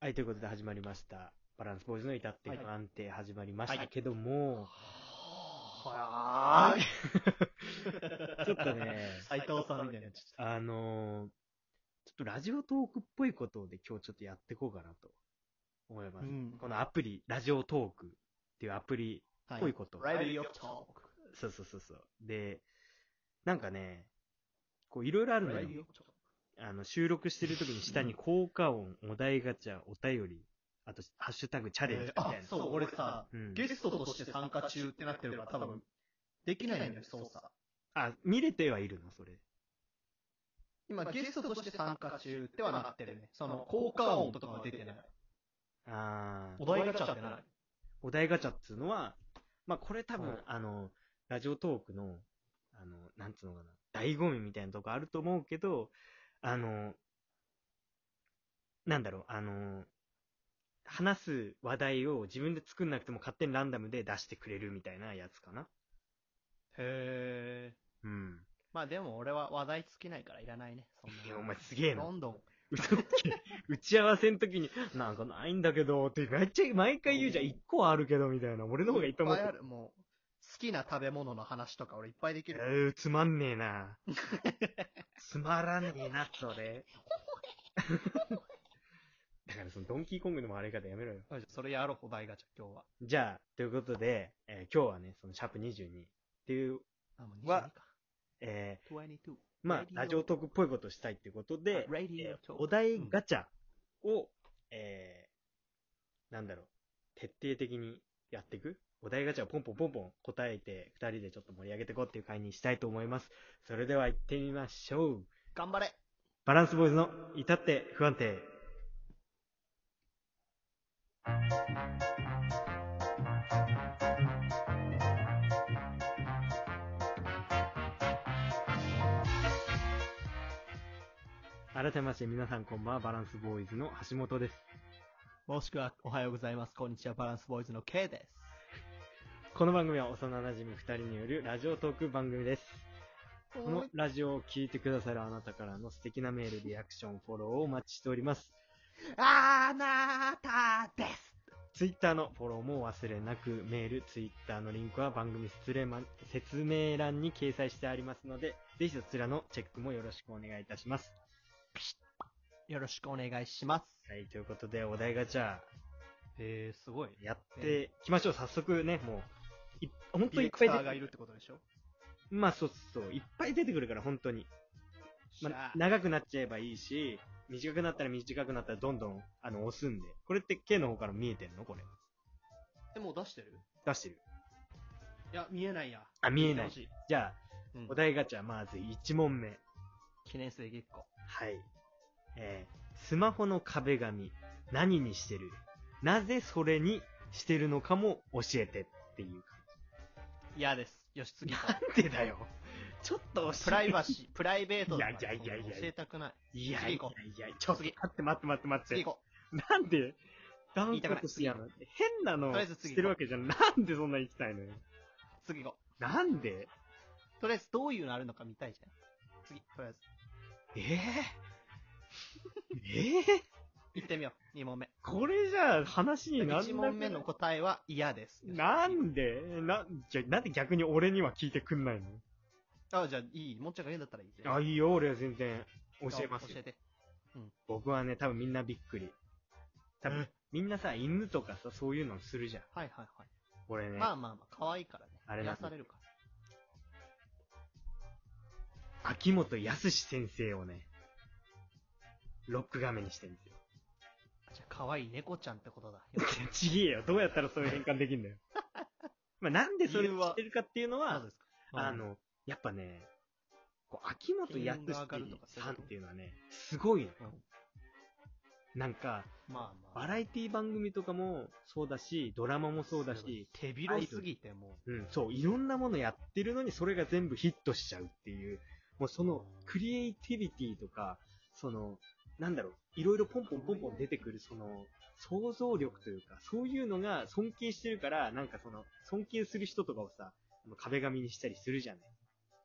はい、ということで始まりました。バランスボーイズの至ってはい不安定始まりましはたいけども、はーい。 ちょっとね、斉藤さんみたいになっちゃっあのーちょっとラジオトークっぽいことで今日ちょっとやっていこうかなと思いまた。す。んこのアプリ、ラジオトークっていうアプリ、はこういうことライブヨクトそうそうそうそう。で、なんかね、こういろいろあーるク。のラよイブ。ヨクトーク。あの、収録してる時に下に効果音、お題ガチャ、お便り、あと、ハッシュタグチャレンジみえーたいなあ。、そう、俺さ、うんゲストとして参加中ってなってるから多分、できないんだよ、操作。あ、見れてはいるの、それ。今、ゲストとして参加中ってはなってるね。その、効果音とかは出てない。あーお題ガチャってない。お題ガチャっていうのは、まあ、これ多分、うんあの、ラジオトークの、あの、なんつうのかな、醍醐味みたいなとこあると思うけど、あの、なんだろう、あの、話す話題を自分で作んなくても勝手にランダムで出してくれるみたいなやつかな。へー。うん。まあでも俺は話題尽きないからいらないね。そんいなや、のお前すげえなど。んどん。嘘つき。打ち合わせの時に、なんかないんだけど、って、めっちゃ、毎回言うじゃん、一個はあるけど、みたいな。俺の方がいいと思っいてっぱいある。もう、好きな食べ物の話とか俺いっぱいできる。えー、つまんねえ な。つまらねえな、それ。 だからそのドンキーコングの回り方やめろよ。それやろう、お題ガチャ、今日は。じゃあ、ということで、えー今日はね、そのシャープ22っていう、あ、もうは22か。え22。ーまあ、ラジオトークっぽいことをしたいっていうことで、ラジえオートークお題ガチャを、えーなんだろう、徹底的にやっていくお題ガチャをポンポンポンポン答えて、二人でちょっと盛り上げていこうっていう回にしたいと思います。それでは行ってみましょう。頑張れバランスボーイズの至って不安定。改めまして皆さんこんばんは、バランスボーイズの橋本です。もしくは、おはようございます。こんにちは、バランスボーイズの K です。この番組は幼馴染み2人によるラジオトーク番組です。このラジオを聴いてくださるあなたからの素敵なメール、リアクション、フォローをお待ちしております。あなたですツイッターのフォローも忘れなく、メール、ツイッターのリンクは番組説明欄説明欄に掲載してありますので、ぜひそちらのチェックもよろしくお願いいたします。よろしくお願いします。はい、ということで、お題ガチャ、へえすごい。やっていきましょう。早速ね、もう、い本当ディいレっクぱタいーが出いてるってことでしょまあそうそう、いっぱい出てくるから、本当に。まあ、長くなっちゃえばいいし、短くなったら短くなったらどんどん、あの、押すんで。これって K の方から見えてんのこれ。でもう出してる出してる。いや、見えないや。あ、見えな見いてほ。しいじゃあ、うんお題ガチャ、まず1問目。記念すべき1個。はい。えースマホの壁紙、何にしてるなぜそれにしてるのかも教えてっていう嫌です。よし、次行こう。 感じ。なんでだよ。ちょっとプライババシー、プライベートだからいやいやいやいや教えたくない。いやいや次い行こや、ちょっと待次って待って待って待っ次て。行こなんで、ダウ言ンいたくないしてやの変なのとりあえず次してるわけじゃん。なんでそんなに行きたいのよ。う。次行こなんでう。とりあえずどういうのあるのか見たいじゃん。次、とりあえず。えー、えー、行ってみよう。2問目。これじゃあ話になんなく1問目の答えは嫌です。なんでな、じゃ、なんで逆に俺には聞いてくんないのあ、じゃあいい。もっちゃんが言うんだったらいいぜ。あ、いいよ、俺は全然教えます教よえ。て。僕はね、多分みんなびっくり。多う分ん、みんなさ、犬とかさ、そういうのするじゃん。はいはいはい。俺ね、まあまあまあ、可愛いからね。あれなん癒だされるか秋元康先生をね、ロック画面にしてるんですよ。ら。じゃあ、可愛い猫ちゃんってことだ。 いや ちげえよ。どうやったらそういう変換できんだよ。 まあ、なんでそれをしてるかっていうのなはぜ、ですかあ、の、やっぱね、こう秋元康金運が上がるとかそういうさんこっとていうのはね、すごいのようんなんか、まあまあ。バラエティ番組とかもそうだし、ドラマもそうだすごいし、手広すぎてもうん、そう、いろんなものやってるのにそれが全部ヒットしちゃうっていう、もうそのクリエイティビティとか、その、なんだろう、いろいろポンポンポンポン出てくる、その、想像力というか、そういうのが尊敬してるから、なんかその、尊敬する人とかをさ、あの壁紙にしたりするじゃない。う、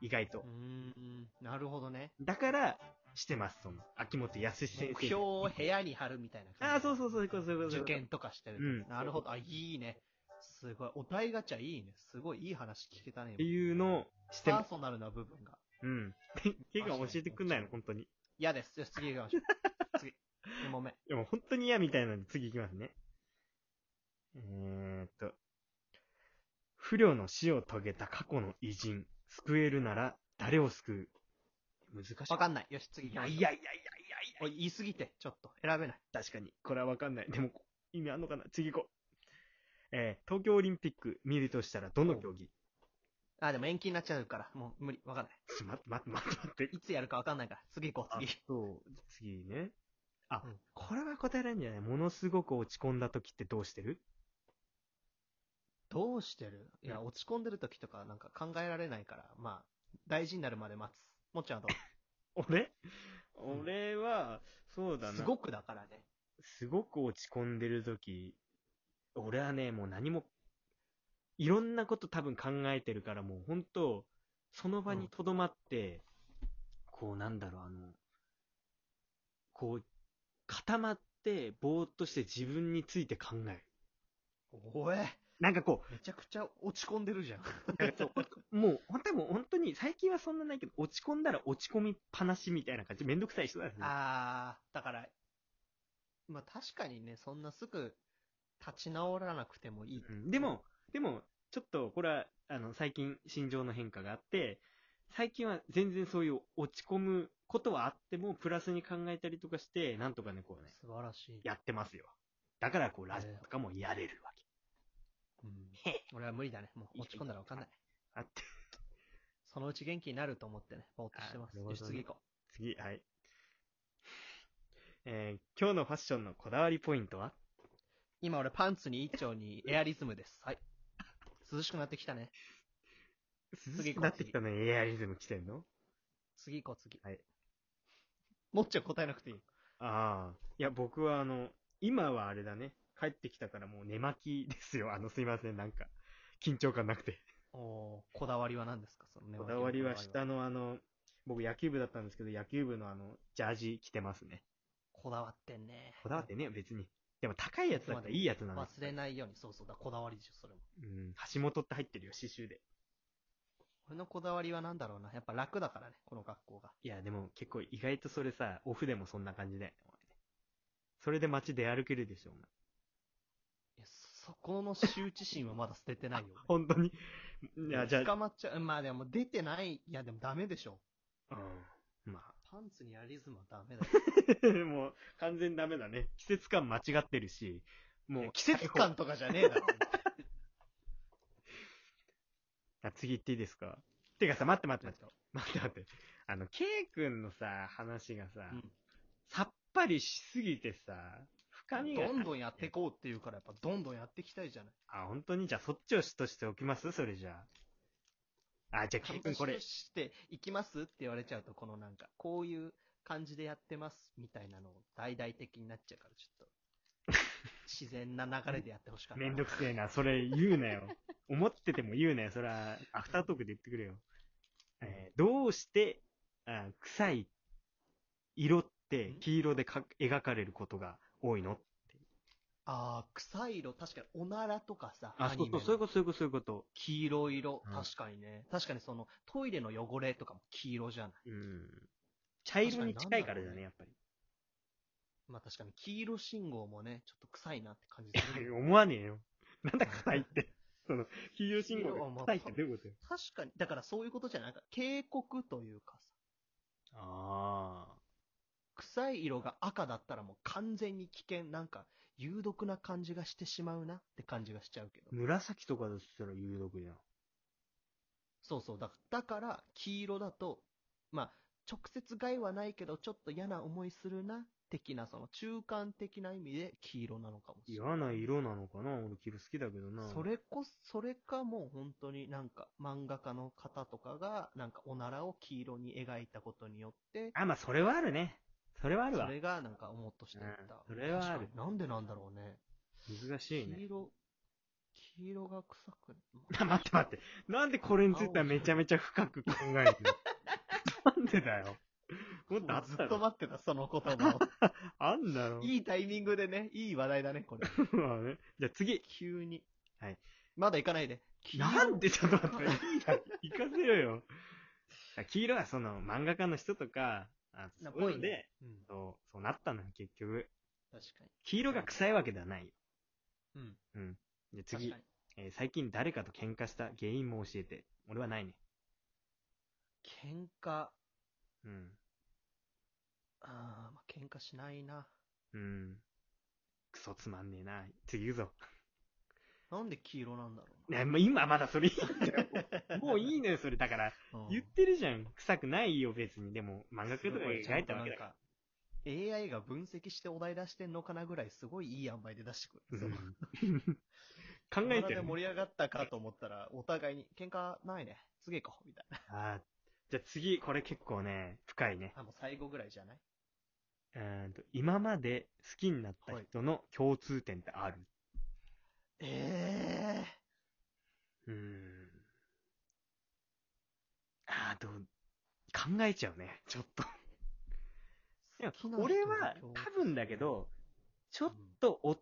意外とう。ん。なるほどね。だから、してます、その、秋元康目先標生。を部屋に貼るみたいな感じ。ああ、そうそうそう、そういうこと、そういうこと。そういう受こと験とかしてる。うんなるほど。あ、いいね。すごい。お題ガチャいいね。すごいいい話聞けたね。っていうのをしてパまーソナルな部分が。す。 うん。ケイ君は教えてくんないの、本当に。い嫌です。じゃあ次行きましょ う。次。2問目。や、もう本当に嫌みたいなんで、次行きますね。えーっと。不良の死を遂げた過去の偉人、救えるなら誰を救う難しい。わかんない。よし、次行いきまやしょういやいやいやいやいや。おい、言いすぎて、ちょっと。選べない。確かに。これはわかんない。でも、意味あんのかな次行こう。えー、東京オリンピック見るとしたらどの競技あ、でも延期になっちゃうから、もう無理。わかんない。ちょ待って待って待って待って。いつやるかわかんないから。次行こう、次。そう、次ね。あ、うんこれは答えられるんじゃないものすごく落ち込んだ時ってどうしてる どうしてるいや、う落ち込んでる時とかなんか考えられないから、まあ、大事になるまで待つ。もっちゃんはど俺ん俺は、そうだうな。すご くだからね。すごく落ち込んでる時、俺はね、もう何も、いろんなこと多分考えてるから、もう本当、その場にとどまって、こうなんだろう、あの、こう、固まって、ぼーっとして自分について考える。おえ、なんかこめちゃくちゃ落ち込んでるじゃん。う、なんかそうもう、ほんともう本当に、最近はそんなないけど、落ち込んだら落ち込みっぱなしみたいな感じ、めんどくさい人だよね。 あー、だから、まあ確かにね、そんなすぐ立ち直らなくてもいい。うんでも、でも、ちょっと、これは、あの、最近、心情の変化があって、最近は全然そういう落ち込むことはあっても、プラスに考えたりとかして、なんとかね、こうね、素晴らしい。やってますよ。だから、こう、えーラジオとかもやれるわけ。うん、俺は無理だね。もう落ち込んだらわかんない。あって、そのうち元気になると思ってね、ぼーっとしてまあーす。なるほどよし、ね次行こ次、はい。えー今日のファッションのこだわりポイントはう。今俺パンツに一丁にエアリズムです。はい。 涼しくなってきたね。涼し行こくうなってきたのにエアリズム着てんの次行こう、次。はい。もっちゃん答えなくていい。ああ。いや、僕はあの、今はあれだね。帰ってきたからもう寝巻きですよ。あの、すいません、なんか、緊張感なくて。おーこだわりは何ですかそのねこだわりは下のあの、僕野球部だったんですけど、野球部のあの、ジャージ着てますね。こだわってんね。こだわってね、別に。でも高いやつだからいいやつなの。忘れないように、そうそうだ、こだわりでしょ、それも。うん、橋本って入ってるよ、刺繍で。俺のこだわりは何だろうな。やっぱ楽だからね、この学校が。いや、でも結構意外とそれさ、オフでもそんな感じだよね。お前ねそれで街出歩けるでしょ、お前いや、そこの羞恥心はまだ捨ててないよ。本当に。 い俺や、じゃあ、捕まっちゃう。まあでも出てない。いや、でもダメでしょ。うん。まあ、パンツにやりズムはダメだよ。 もう完全ダメだね。季節感間違ってるし、もう季節感とかじゃねえだ ろ。あ、次行っていいですかてかさ、待って待って待って。待って待って。あの、ケイ君のさ、話がさ、うんさっぱりしすぎてさ、深みが。どんどんやっていこうっていうから、やっぱどんどんやっていきたいじゃない。あ、本当にじゃあそっちを主としておきますそれじゃあ。あ、じゃあケイ君これ私と、していきますって言われちゃうと、このなんか、こういう感じでやってますみたいなのを大々的になっちゃうから、ちょっ と。自然な流れでやってほしかった。めんどくせえな。それ言うなよ。思ってても言うなよ。それは、アフタートークで言ってくれよ。えーどうして、あ臭い色ってん黄色でか描かれることが多いのああ、臭い色、確かに、おならとかさ、あ、アそうニメそう、そういのうこと、そういうこと、そういうこと。黄色い色う、ん確かにね。確かにその、トイレの汚れとかも黄色じゃない。うん。茶色に近いからだね、やっぱり。まあ確かに、黄色信号もね、ちょっと臭いなって感じす るよね。思わねえよ。なんだ臭い って。その、黄色信号が臭いってどういうことよ。確かに、だからそういうことじゃないなんか、警告というかさ、ああ。臭い色が赤だったらもう完全に危険、なんか、有毒な感じがしてしまうなって感じがしちゃうけど。紫とかだったら有毒じゃん。そうそう、だだから、黄色だと、まあ、直接害はないけど、ちょっと嫌な思いするな、的な、その中間的な意味で黄色なのかもしれない。嫌な色なのかな俺黄色好きだけどな。それこそ、それかもう本当になんか漫画家の方とかがなんかおならを黄色に描いたことによって、あ、まあ、それはあるね。それはあるそわ。れがなんか思っとしていった。うんそれはある確かになんでなんだろうね。難しい黄ね。色、黄色が臭くな い。待って待って。なんでこれについてはめちゃめちゃ深く考えてる なんでだよ。 もっとあもうっずたっとろ。待ってた、その言葉 あんだろを。。いいタイミングでね、いい話題だね、こ れ。まあねじゃあ次。急に。はい。まだ行かないで。黄色なんでちょっと待って。いいから行かせよ よ。黄色はその漫画家の人とか、あなそういうのねで、うん。そう、そうなったのよ、結局。確かに。黄色が臭いわけではないよ。うん。じゃあ確次か、に。えー最近誰かと喧嘩した原因も教えて。俺はないね。喧嘩。うん。あーまあ、喧嘩しないな。うん。クソつまんねえな。次行くぞ。なんで黄色なんだろうね、もう今まだそれいいんだよ。な。もういいのよ、それ。だから、うん言ってるじゃん。臭くないよ、別に。でも、漫画家とかが描いたわけだすごいちゃんとなかんか AI が分析してお題出してんのかなぐらい、すごいいい塩梅で出してくら。る。うそんの 考えてでる、ね。盛り上がったかと思ったら、お互いに、喧嘩ないね。次行こう、みたいな。あーじゃあ次、これ結構ね、深いね。あ、もう最後ぐらいじゃないうーんと今まで好きになった人の共通点ってある、ええうーん。あーどう、考えちゃうね、ちょっと。いや俺は、多分だけ、ど、ちょっとおっ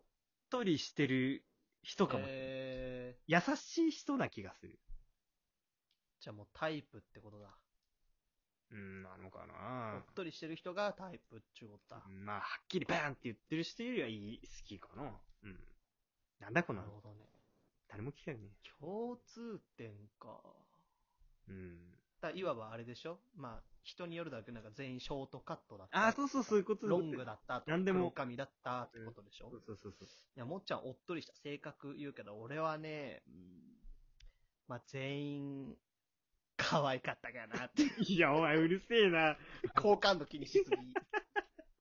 とりしてる人かも。ええ優しい人な気がする。じゃあもうタイプってことだ。うん、なのかおなっとりしてる人がタイプっちゅうことだ。まあ、はっきりバーンって言ってる人よりはいい、好きかな。うん。なんだこのなる、ほどね。誰も聞かないね。共通点か。うん。だいわばあれでしょまあ、人によるだけどなんか全員ショートカットだった。あー、そうそう、そういうことロングだ。だったとか。なんでも黒髪だったってことでしょ、そうそうそうそう。いや、もっちゃんおっとりした性格言うけど、俺はね、うんまあ、全員、可愛かったかなって。 いや、お前うるせえな。好感度気にしすぎ。